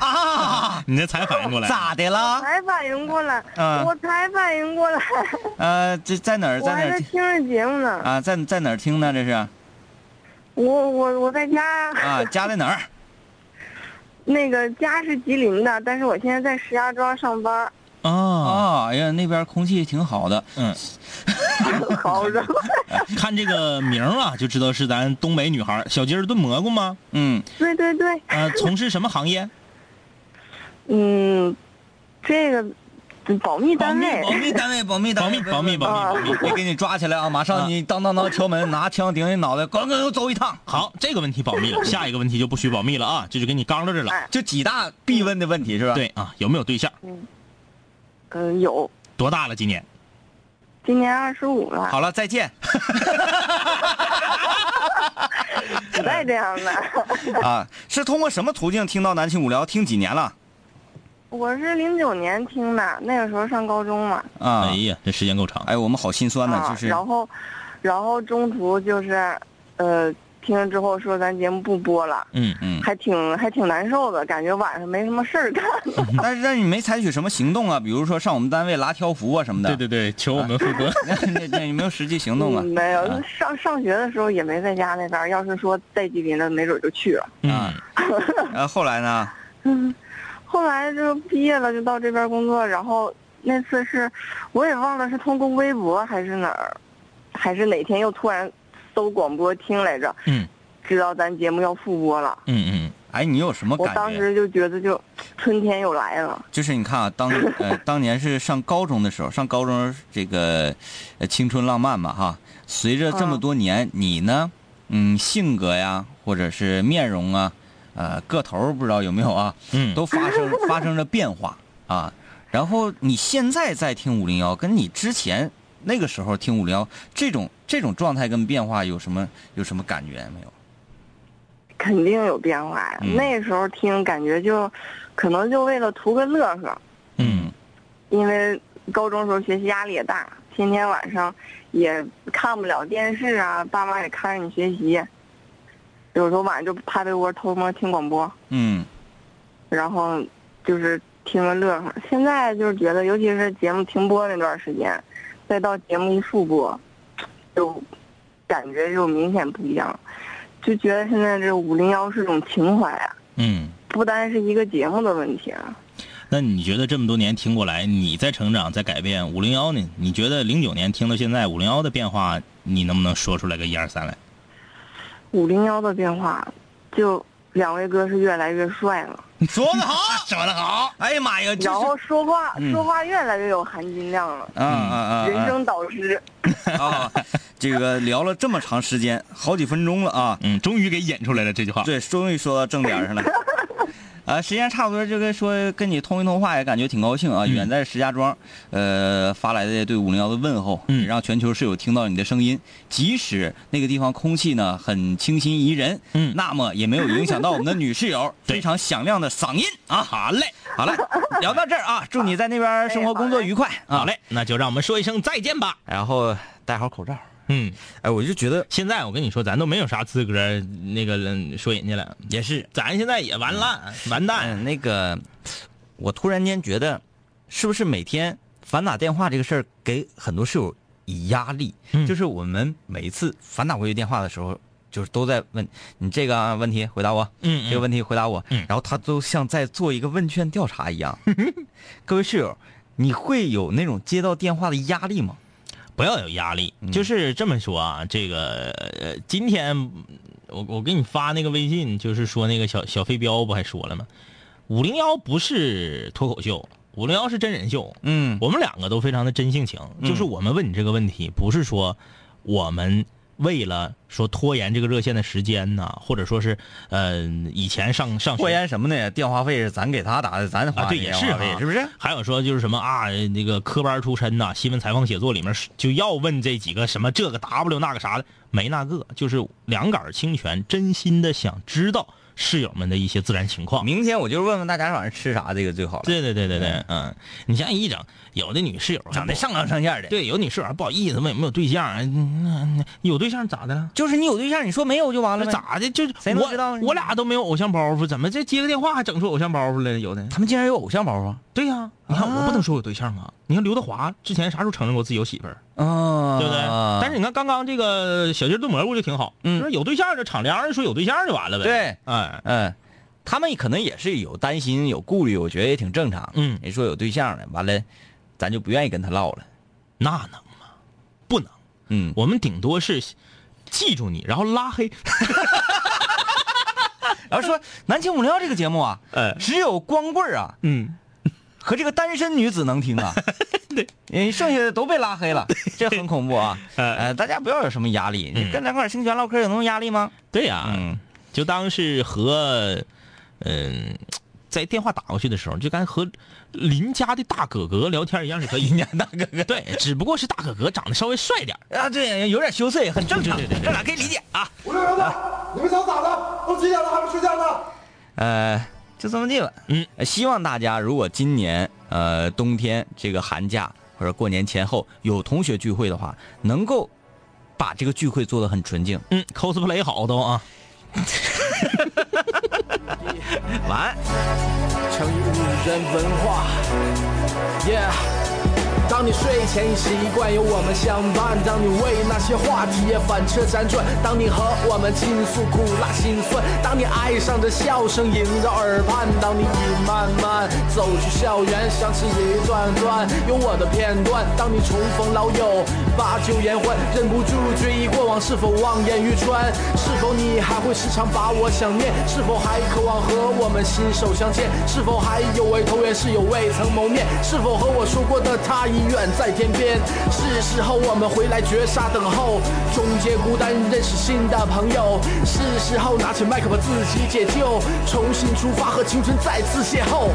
啊，
你这才反应过 来，
咋的了？
才反应过来，
嗯
我才反应过来，
呃，这在哪儿？
我
在
还
哪
在
儿？
听着节目呢。
啊，在在哪儿听呢？这是啊，
我我我在家，
家在哪儿？
那个家是吉林的，但是我现在在石家庄上班，
啊！
啊，哎呀，那边空气挺好的。
嗯，
好热。
看这个名儿啊，就知道是咱东北女孩小鸡儿炖蘑菇吗？
嗯，
对对对，
呃，从事什么行业？
嗯，这个保密单位
保密单 位，保密单位，
保密保密保密保密
别给你抓起来 啊！马上你当当当敲门，拿枪顶你脑袋，咣咣又揍一趟。
好，这个问题保密了，下一个问题就不许保密了啊，这就给你刚到这儿了。
哎
就几大必问的问题是吧？
对啊，有没有对象？
嗯有，
多大了？今年？
今年二十五了，
好了，再见
不带这样的。
啊！是通过什么途径听到南青五聊？听几年了？
我是零九年听的，那个时候上高中嘛。
啊
哎，呀，这时间够长。
哎，我们好心酸呐，
啊
就是
然后，然后中途就是呃，听了之后说咱节目不播了，
嗯嗯。
还挺还挺难受的，感觉晚上没什么事儿干。
但是但是你没采取什么行动啊？比如说上我们单位拉条幅啊什么的。
对对对，求我们复 播。
对， 那那你没有实际行动啊
嗯？没有，
啊
上上学的时候也没在家那边儿，要是说在吉林的，没准就去了。
嗯
啊，呃，后来呢？
后来就毕业了，就到这边工作。然后那次是，我也忘了是通过微博还是哪儿，还是哪天又突然搜广播听来着，
嗯
知道咱节目要复播了。
嗯嗯，
哎，你有什么
我
感
当
觉？
时就觉得就春天又来了。
就是你看啊，当 呃当年是上高中的时候，上高中这个呃青春浪漫嘛哈。随着
嗯
这么多年，你呢，嗯，性格呀，或者是面容啊，呃，个头儿不知道有没有啊，
嗯
都发生发生了变化啊。然后你现在在听五零幺，跟你之前那个时候听五零幺这种这种状态跟变化有什么有什么感觉没有？
肯定有变化呀！
嗯
那时候听感觉就，可能就为了图个乐呵，
嗯
因为高中时候学习压力也大，天天晚上也看不了电视啊，爸妈也看着你学习，有时候晚上就趴被窝偷摸听广播，
嗯
然后就是听个乐呵。现在就是觉得，尤其是节目停播那段时间，再到节目一复播，就感觉就明显不一样，就觉得现在这五零幺是种情怀啊，
嗯。
不单是一个节目的问题啊。
那你觉得这么多年听过来，你在成长，在改变，五零幺呢？你觉得零九年听到现在五零幺的变化，你能不能说出来个一二三来？
五零幺的变化，就两位哥是越来越帅了，
嗯说的好，说的好。哎呀妈呀，这
然
是
后说话、
嗯
说话越来越有含金量了，
啊啊啊！
人
啊
生导师。
啊，这个聊了这么长时间，好几分钟了啊，
嗯，终于给演出来了这句话。
对，终于说到正点儿上了。 啊，时间差不多，就跟说跟你通一通话，也感觉挺高兴啊。远在石家庄，呃，发来的对五零幺的问候，
嗯
也让全球室友听到你的声音。即使那个地方空气呢很清新宜人，
嗯
那么也没有影响到我们的女室友
对
非常响亮的嗓音啊。好嘞，好嘞，聊到这儿啊，祝你在那边生活工作愉快啊。
好，嘞，那就让我们说一声再见吧。
然后戴好口罩。
嗯，
哎，我就觉得
现在我跟你说，咱都没有啥资格那个嗯说人家了，
也是，
咱现在也完烂，完蛋。
嗯，那个，我突然间觉得，是不是每天反打电话这个事儿给很多室友以压力？
嗯
就是我们每一次反打过去电话的时候，就是都在问你这个问题回答我，
嗯嗯
这个问题回答我，
嗯
然后他都像在做一个问卷调查一 样。各位室友，你会有那种接到电话的压力吗？
不要有压力，
嗯
就是这么说啊。这个呃，今天嗯我我给你发那个微信，就是说那个小小飞镖不还说了吗？五零幺不是脱口秀，五零幺是真人秀。
嗯
我们两个都非常的真性情，就是我们问你这个问题，不是说我们为了说拖延这个热线的时间呐、或者说是呃以前上上学
拖延什么呢？电话费是咱给他打的，咱花
啊，
的
对，也
电
是
话费
哈
是不是？
还有说就是什么啊，那个科班出身呐、新闻采访写作里面是就要问这几个什么这个 W 那个啥的，没那个，就是两杆儿清泉，真心的想知道室友们的一些自然情况。
明天我就问问大家晚上吃啥，这个最好了。
对对对对对，嗯，你像一整有的女室友还
长得
不
啊上纲上线的。
对，有女室友还不好意思问有没有对象，哎那那有对象咋的了？
就是你有对象，你说没有就完了
那
呗？？
咋的？就是
谁能知道
我
呢
我俩都没有偶像包袱，怎么这接个电话还整出偶像包袱来了？有的。
他们竟然有偶像包袱？
对呀、你看我
啊
不能说有对象啊。你看刘德华之前啥时候承认过自己有媳妇儿，
啊，
对不对？但是你看刚刚这个小鸡炖蘑菇就挺好，
嗯
说有对象就敞亮的说有对象就完了呗。
对，
哎，
嗯，他们可能也是有担心、有顾虑，我觉得也挺正常。
嗯
人说有对象了，完了，咱就不愿意跟他唠了。
那能吗？不能，
嗯，
我们顶多是记住你，然后拉黑。
然后说《南青五零幺》这个节目啊，
哎
只有光棍儿啊
嗯，
和这个单身女子能听 啊，对，剩下的都被拉黑了，这很恐怖啊。
哎嗯
呃，大家不要有什么压力，你跟两块清泉唠嗑有那么压力吗？
对呀、
嗯
就当是和，嗯、在电话打过去的时候，就跟和邻家的大哥哥聊天一样是可以。邻家大哥哥，对，只不过是大哥哥长得稍微帅点儿
啊，对，有点羞涩，很正常，
对对对对
正常可以理解啊。
我说儿子，你们想咋的？都几点了还不睡觉呢？
呃，就这么地吧。
嗯
呃，希望大家如果今年呃冬天这个寒假或者过年前后有同学聚会的话，能够把这个聚会做得很纯净。
嗯，cosplay 好都啊，
完，
成语五人文化。Yeah，当你睡前已习惯有我们相伴，当你为那些话题也反车辗转，当你和我们倾诉苦辣辛酸，当你爱上这笑声萦绕耳畔，当你已慢慢走去校园，想起一段段有我的片段，当你重逢老友，把酒言欢，忍不住追忆过往，是否望眼欲穿？是否你还会时常把我想念？是否还渴望和我们心手相牵？是否还有位投缘室友未曾谋面？是否和我说过的他已远在天边？是时候我们回来绝杀等候，终结孤单，认识新的朋友。是时候拿起麦克把自己解救，重新出发，和青春再次邂逅。